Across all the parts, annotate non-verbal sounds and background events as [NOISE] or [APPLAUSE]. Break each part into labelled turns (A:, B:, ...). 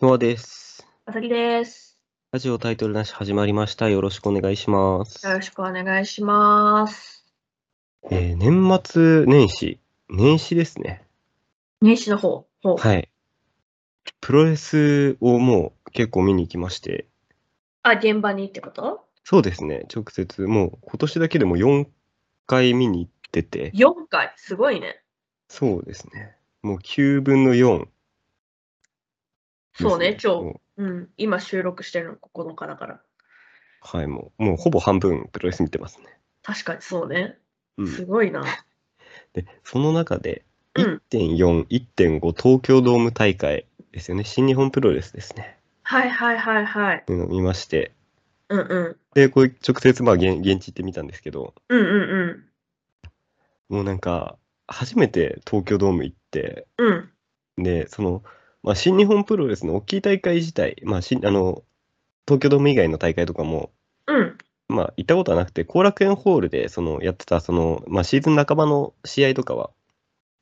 A: 野です。
B: あさぎです。
A: ラジオタイトルなし始まりました。よろしくお願いします。
B: よろしくお願いします。
A: えー年末年始、年始ですね。
B: 年始の方、ほう
A: はい。プロレスをもう結構見に行きまして、
B: あ、現場にってこと
A: そうですね、直接、もう今年だけでも4回見に行ってて、
B: ?4 回、すごいね。
A: そうですね、もう9分の4、
B: そうね、
A: 超
B: 今日、うん、今収録してるの9日だから。
A: はい、もう、もうほぼ半分プロレス見てますね。
B: 確かにそうね。
A: う
B: す
A: ん、
B: ごいな。
A: で、その中で、
B: うん。
A: 1.4、1.5東京ドーム大会ですよね、新日本プロレスですね。
B: はいはいはいはい。
A: っていうのを見まして、
B: うんうん。
A: で、これ直接、まあ、現現地行ってみたんですけど、
B: うんうん
A: もうなんか、初めて東京ドーム行って、
B: うん。うん。
A: で、その、まあ、新日本プロレスの大きい大会自体、まあ、新あの、東京ドーム以外の大会とかも、
B: うん。
A: まあ、行ったことはなくて、後楽園ホールで、その、やってた、その、まあ、シーズン半ばの試合とかは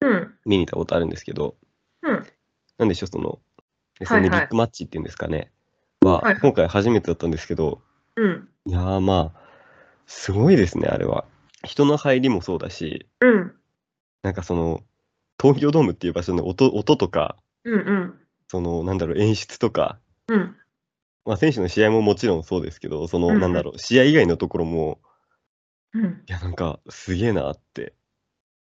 B: うん。
A: 見に行ったことあるんですけど、
B: うん。
A: なんでしょう、その、です
B: はいは
A: ね、
B: い
A: ビッグマッチっていうんですかね、は、
B: はいはい
A: 今回初めてだったんですけど、
B: うん。
A: いやーまあ、すごいですね、あれは。人の入りもそうだし、
B: うん。
A: なんかその、東京ドームっていう場所の音音とか、
B: うんうん。
A: その、なんだろう、演出とか、
B: うん。
A: まあ、選手の試合ももちろんそうですけど、その、
B: うんうん
A: なんだろう、試合以外のところも、
B: うん。
A: いや、なんか、すげえなって。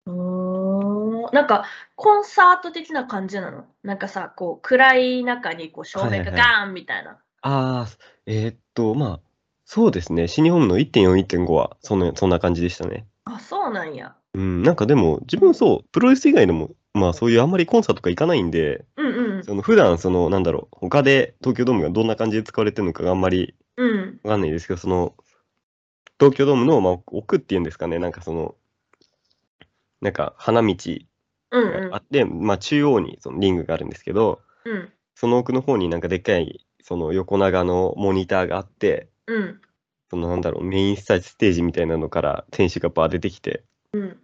B: おーなんかコンサート的な感じなのなんかさこう暗い中にこう照明が
A: はいは
B: ガーンみたいな。
A: ああ、えーっと、まあ、そうですね、新日本の1.4、1.5は、そんな、そんな感じでしたね。
B: あそうなんや。
A: うん、なんかでも、自分そう、プロレス以外でも、まあ、そういうあんまりコンサートとか行かないんで、
B: うんうん
A: その普段その、なんだろう、他で東京ドームがどんな感じで使われてるのかがあんまり
B: うん
A: わかんないですけど、その、東京ドームの、まあ、奥っていうんですかね、なんかその、なんか花道
B: うんうん
A: があって、まあ中央にそのリングがあるんですけど、
B: うん
A: その奥の方になんかでっかい、その横長のモニターがあって、
B: うん
A: そのなんだろう、メインスタステージみたいなのから選手がバー出てきて、
B: うん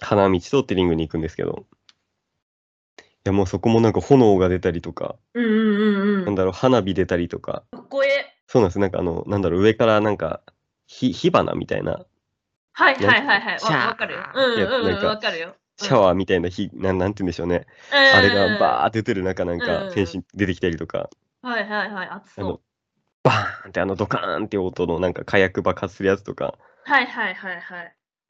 A: 花道通ってリングに行くんですけど、いやもうそこもなんか炎が出たりとか、
B: うんうん
A: な
B: う
A: ん
B: ん
A: だろう、花火出たりとか、
B: かっこええ
A: そうなんです。なんかあの、なんだろう、上からなんか、ひ火花みたいな、
B: はいはいはいはい
A: シャー
B: わわかるようんうん
A: いや
B: う
A: なん
B: ん
A: か
B: わかるよ
A: シャワーみたいな火、なんなんて言うんでしょうね。あ
B: あ
A: れがバー
B: ー
A: って出てる中、なん
B: うんう
A: か、
B: ん
A: 選手出てきたりとか、
B: はいはいはい熱
A: あの
B: そう、
A: バーンってあのドカーンって音のなんか火薬爆発するやつとか、
B: はいはいはいはい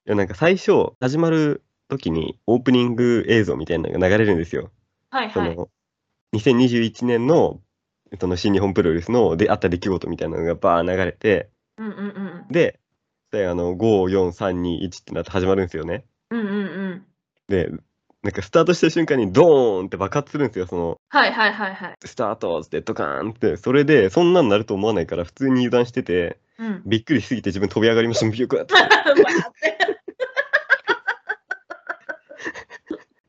A: いやなんか最初、始まる時にオープニング映像みたいなのが流れるんですよ。
B: はい
A: そ
B: はい
A: の、2021年の、その新日本プロレスのであった出来事みたいなのがバーン流れて、
B: うんうんうん
A: で、であの、5、4、3、2、1ってなって始まるんですよね。
B: うんうんうん
A: で、なんかスタートした瞬間にドーンって爆発するんですよ、その、
B: はいはいはいはい
A: スタートっつってドカーンって、それで、そんなんなると思わないから、普通に油断してて、
B: うん
A: びっくりしすぎて自分飛び上がりました、ビュークって。
B: バーって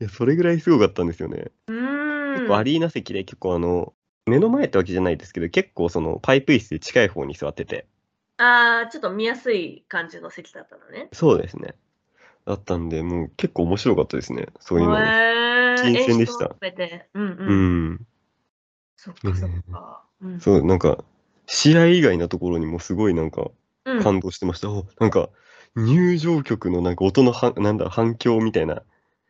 A: いや、それぐらいすごかったんですよね。
B: [LAUGHS] う
A: 結
B: ー
A: 構
B: ん
A: アリーナ席で結構あの、目の前ってわけじゃないですけど、結構そのパイプ椅子で近い方に座ってて。
B: あーちょっと見やすい感じの席だったのね
A: そうですね。だったんで、もう結構面白かったですね、そういうの。
B: へー
A: 新鮮でした
B: 演出も含めてうん
A: う
B: うん
A: ん。
B: そっかそっかうん
A: そう、なんか、試合以外のところにもすごいなんか、
B: うん
A: 感動してました。おなんか入場曲のなんか音のはなんだ反響みたいな。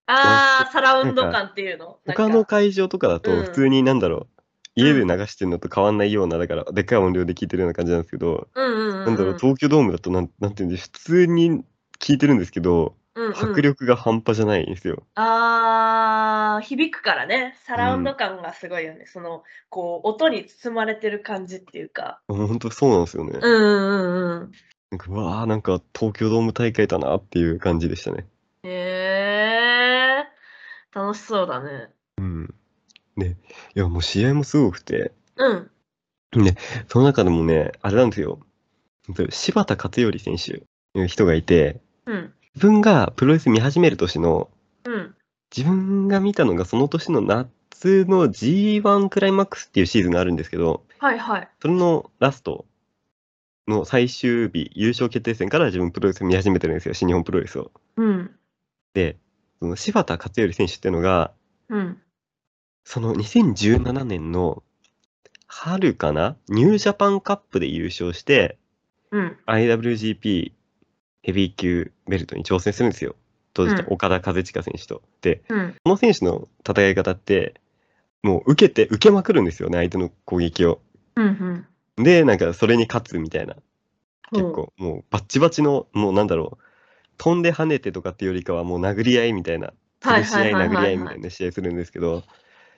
B: あーサラウン
A: な
B: ド
A: んか
B: 感っていうのなんか
A: 他の会場とかだ
B: う
A: と
B: ん
A: 普通になんだろう、
B: うん
A: 家で流してるのと変わんないようなだからでっかい音量で聞いてるような感じなんですけど、
B: うんうんうんうん
A: なんだろう東京ドームだとなんなんていうんで普通に聞いてるんですけど
B: うんうん
A: 迫力が半端じゃないんですよ。
B: あー響くからねサラウンド感がすごいよね、そのこう音に包まれてる感じっていうか
A: 本当そうなんですよね。
B: うんうんうん
A: なんかうわあなんか東京ドーム大会だなっていう感じでしたね。
B: へえー、楽しそうだね
A: うん。ねいやもう試合もすごくて
B: うん
A: その中でもね、あれなんですよ。柴田勝頼選手という人がいて、
B: うん
A: 自分がプロレス見始める年の、
B: うん
A: 自分が見たのがその年の夏の G1 クライマックスっていうシーズンがあるんですけど、
B: はいはい
A: それのラストの最終日、優勝決定戦から自分プロレス見始めてるんですよ、新日本プロレスを。
B: うん
A: で、その柴田勝頼選手っていうのが、
B: うん
A: その2017年の春かなニュージャパンカップで優勝して、
B: うん。
A: IWGP ヘビー級ベルトに挑戦するんですよ。当時いた
B: うん
A: 岡田和親選手と。で、
B: うん。
A: この選手の戦い方って、もう受けて、受けまくるんですよね、相手の攻撃を。
B: うん。うん。
A: で、なんかそれに勝つみたいな。結
B: ほう。
A: 構、もうバッチバチの、もうなんだろう、飛んで跳ねてとかっていうよりかは、もう殴り合いみたいな、
B: はい
A: 潰し
B: は
A: 合
B: い
A: い、
B: はいはい
A: 殴り合いみたいな試合するんですけど、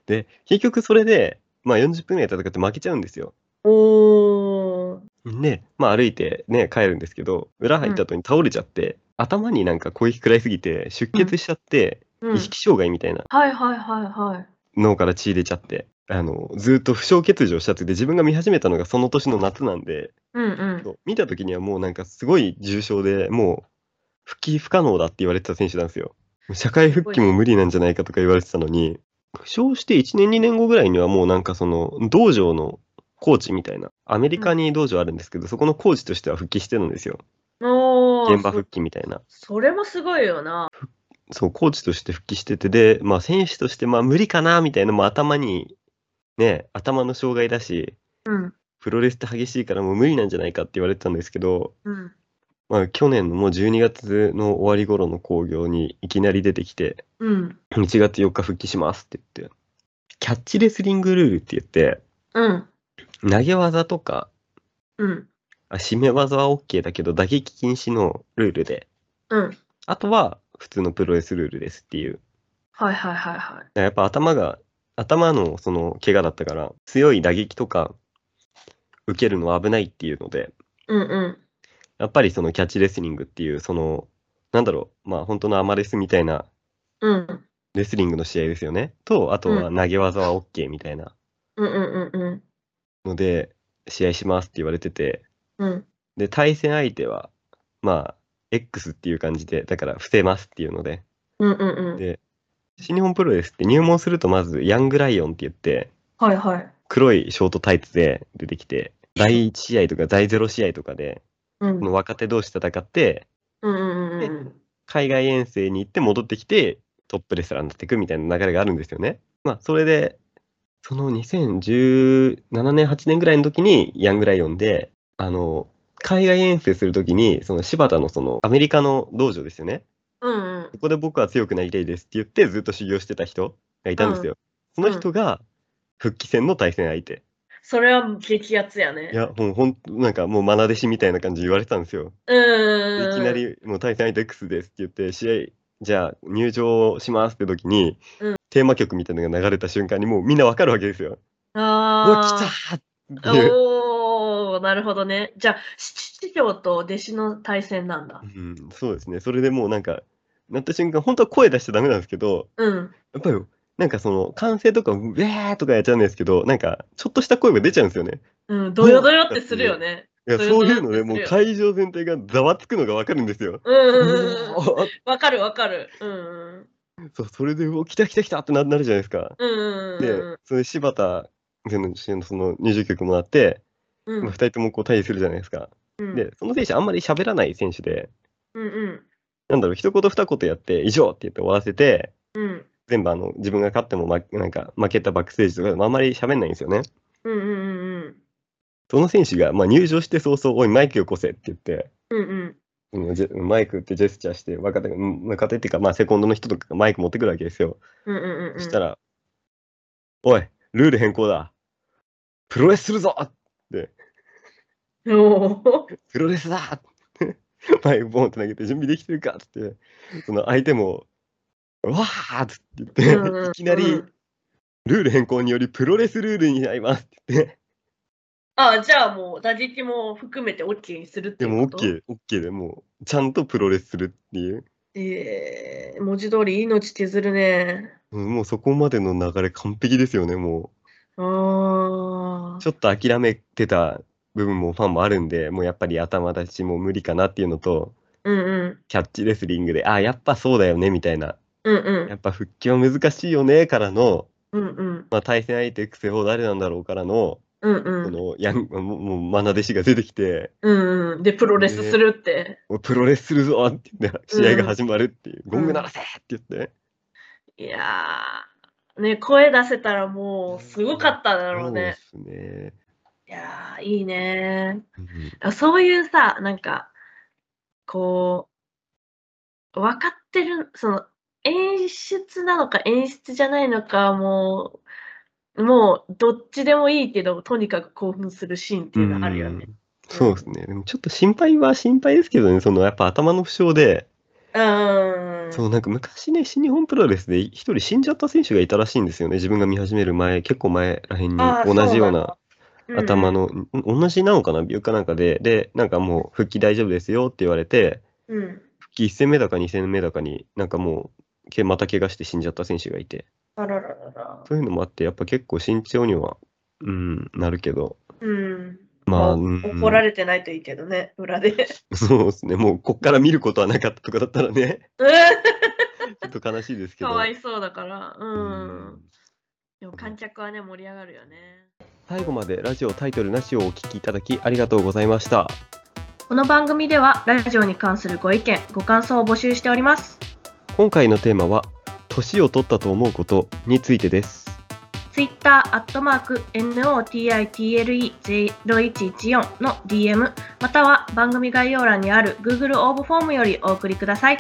A: で、結局それで、まあ40分ぐらい戦って負けちゃうんですよ。
B: おー。
A: で、まあ歩いてね、帰るんですけど、裏入った後に倒れちゃって、頭になんか攻撃食らいすぎて、出血しちゃって、
B: うん
A: 意。識障害みたいな、
B: はいはいはいはい。
A: 脳から血出ちゃって、あの、ずっと負傷欠場しちゃってて、自分が見始めたのがその年の夏なんで、
B: うんうん。
A: そう見た時にはもうなんかすごい重症でもう復帰不可能だって言われてた選手なんですよ社会復帰も無理なんじゃないかとか言われてたのに負傷して1年2年後ぐらいにはもうなんかその道場のコーチみたいなアメリカに道場あるんですけど、そこのコーチとしては復帰してるんですよ
B: おー。
A: 現場復帰みたいな
B: そそれもすごいよな。
A: そうコーチとして復帰しててで、まあ、選手としてまあ無理かなみたいなのも頭にね頭の障害だし
B: うん。
A: プロレスって激しいからもう無理なんじゃないかって言われてたんですけど
B: うん。
A: まあ、去年のもう12月の終わり頃の興行にいきなり出てきて、
B: うん。
A: 1月4日復帰しますって言って、キャッチレスリングルールって言って、
B: うん。
A: 投げ技とか、
B: うん。
A: あ締め技は OK だけど、打撃禁止のルールで、
B: うん。
A: あとは普通のプロレスルールですっていう。
B: はいはいはいはい。
A: やっぱ頭が、頭のその怪我だったから、強い打撃とか受けるのは危ないっていうので、
B: うんうん。
A: やっぱりそのキャッチレスリングっていう、その、なんだろう、まあ本当のアマレスみたいな
B: うん。
A: レスリングの試合ですよね。と、あとは
B: う
A: 投げ技は OK みたいな
B: うんうんうんうん。
A: ので、試合しますって言われてて、
B: うん。
A: で、対戦相手は、まあ、X っていう感じで、だから伏せますっていうので、
B: うんうんうん。
A: で新日本プロレスって入門するとまず、ヤングライオンって言って、
B: はいはい。
A: 黒いショートタイツで出てきて、第1試合とか第0試合とかで、
B: うん。
A: この若手同士戦って、
B: うんうんうんうん。
A: 海外遠征に行って戻ってきてトップレスラーになっていくみたいな流れがあるんですよね。まあそれでその2017年8年ぐらいの時にヤングライオンであの海外遠征する時にその柴田のそのアメリカの道場ですよね。
B: うんうん
A: こ。こで僕は強くなりたいですって言ってずっと修行してた人がいたんですよ。
B: ん
A: その人が復帰戦の対戦相手。
B: それは激アツやね。
A: いやもうほんとなんかもう愛弟子みたいな感じで言われてたんですよ。
B: うーん。
A: いきな。り、もう対戦相手 X ですって言って、試合、じゃあ入場しますって時に、
B: うん
A: テーマ曲みたいなのが流れた瞬間にもうみんなわかるわけですよ。うわ、
B: あ
A: 来
B: ー
A: たーっていう。
B: おー、なるほどね。じゃあ、七条と弟子の対戦なんだ
A: う。ん、そうですね。それでもうなんか、なった瞬間、本当は声出しちゃダメなんですけど、
B: うん。
A: やっぱり、なんかその、歓声とか、ウェーとかやっちゃうんですけど、なんか、ちょっとした声が出ちゃうんですよね。
B: うん、どよどよってするよね。
A: いや
B: そう
A: そういうので、
B: そう
A: も
B: で
A: う
B: すよ
A: 会場全体がざわつくのがわかるんですよ。
B: うん
A: う
B: うんうん。
A: わ
B: わかるわかる。うん
A: ーそうそれで、うお来た来た来たってななるじゃないですか。
B: うん。うんうんうん
A: で、それ柴田選手のその20曲もらって、
B: うん。
A: まあ、2人ともこう対峙するじゃないですか。
B: うん。
A: で、その選手、あんまり喋らない選手で、
B: うんうん。
A: なんだろう、一言二言やって、以上って言って終わらせて、
B: うん。
A: 全部あの自分が勝っても、ま、なんか負けたバックステージとかでもあんまり喋んないんですよね。
B: うんうんうんうん。
A: その選手が、まあ、入場して早々、おい、マイクよこせって言って、
B: うんうん。
A: うんジェマイクってジェスチャーして、若手が、うん若手っていうか、まあ、セコンドの人とかがマイク持ってくるわけですよ。
B: うんうんう
A: そ
B: ん。
A: したら、おい、ルール変更だ。プロレスするぞ
B: おー。
A: プロレスだ [LAUGHS] マイクボンって投げて準備できてるかっつってその相手も「わー!」っつって言って、
B: うんうん
A: いきなり
B: うん
A: ルール変更によりプロレスルールになりますって言って
B: あじゃあもう打撃も含めて OK にするっ
A: で
B: てい
A: も
B: うこと
A: OKOK、OK でもうちゃんとプロレスするっていう
B: えー、文字通り命削るね。
A: うんもうそこまでの流れ完璧ですよねも
B: ああ
A: うち。ょっと諦めてた部分もファンもあるんでもうやっぱり頭出しも無理かなっていうのと
B: うんうん。
A: キャッチレスリングであやっぱそうだよねみたいな
B: うん
A: やっぱ復帰は難しいよねからの
B: うん。うんうん。
A: まあ、対戦相手、クセホ誰なんだろうからの、
B: うん
A: こ
B: うん。
A: のヤンもうもう、マナ弟子が出てきて、
B: うんうん。で、プロレスするって。
A: おいプロレスするぞって言って、試合が始まるっていう、
B: ん
A: ゴング鳴らせって言って、
B: いやね、声出せたらもうすごかっただろうね。
A: そうですね。
B: いやー、いいね
A: うん
B: あそういうさ、なんか、こう、分かってる、その、演出なのか演出じゃないのか、もう、もう、どっちでもいいけど、とにかく興奮するシーンっていうのあるよね。
A: うんそうですね。でもちょっと心配は心配ですけどね、そのやっぱ頭の負傷で、
B: うん。
A: そうなんか昔ね、新日本プロレスで一人死んじゃった選手がいたらしいんですよね、自分が見始める前、結構前らへんに
B: あー
A: 同じような
B: そうなんだ
A: 頭の、ん同じなのかな、病気かなんかで、で、なんかもう復帰大丈夫ですよって言われて、
B: うんうん。
A: 復帰1戦目だか2戦目だかに、なんかもうけ、また怪我して死んじゃった選手がいて、
B: あらららら。
A: そういうのもあって、やっぱ結構慎重には、うん、なるけど、
B: うん。
A: まあ、うん
B: 怒られてないといいけどね、裏で。
A: そうですね、もうこっから見ることはなかったとかだったらね。 [LAUGHS] ちょっと悲しいですけ
B: [LAUGHS] か
A: ど。
B: わいそうだから。う。
A: うんん
B: でも観客はね、盛り上がるよね。
A: 最後までラジオタイトルなしをお聞きいただきありがとうございました。
B: この番組では、ラジオに関するご意見、ご感想を募集しております。
A: 今回のテーマは、年を取ったと思うことについてです。
B: Twitter、アットマーク、NOTITLE0114 の DM、または番組概要欄にある Google 応募フォームよりお送りください。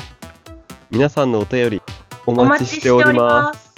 A: 皆さんのお便りお
B: お
A: 待ち
B: 待ち
A: し
B: してて
A: お
B: お
A: り
B: り
A: ます。
B: ます。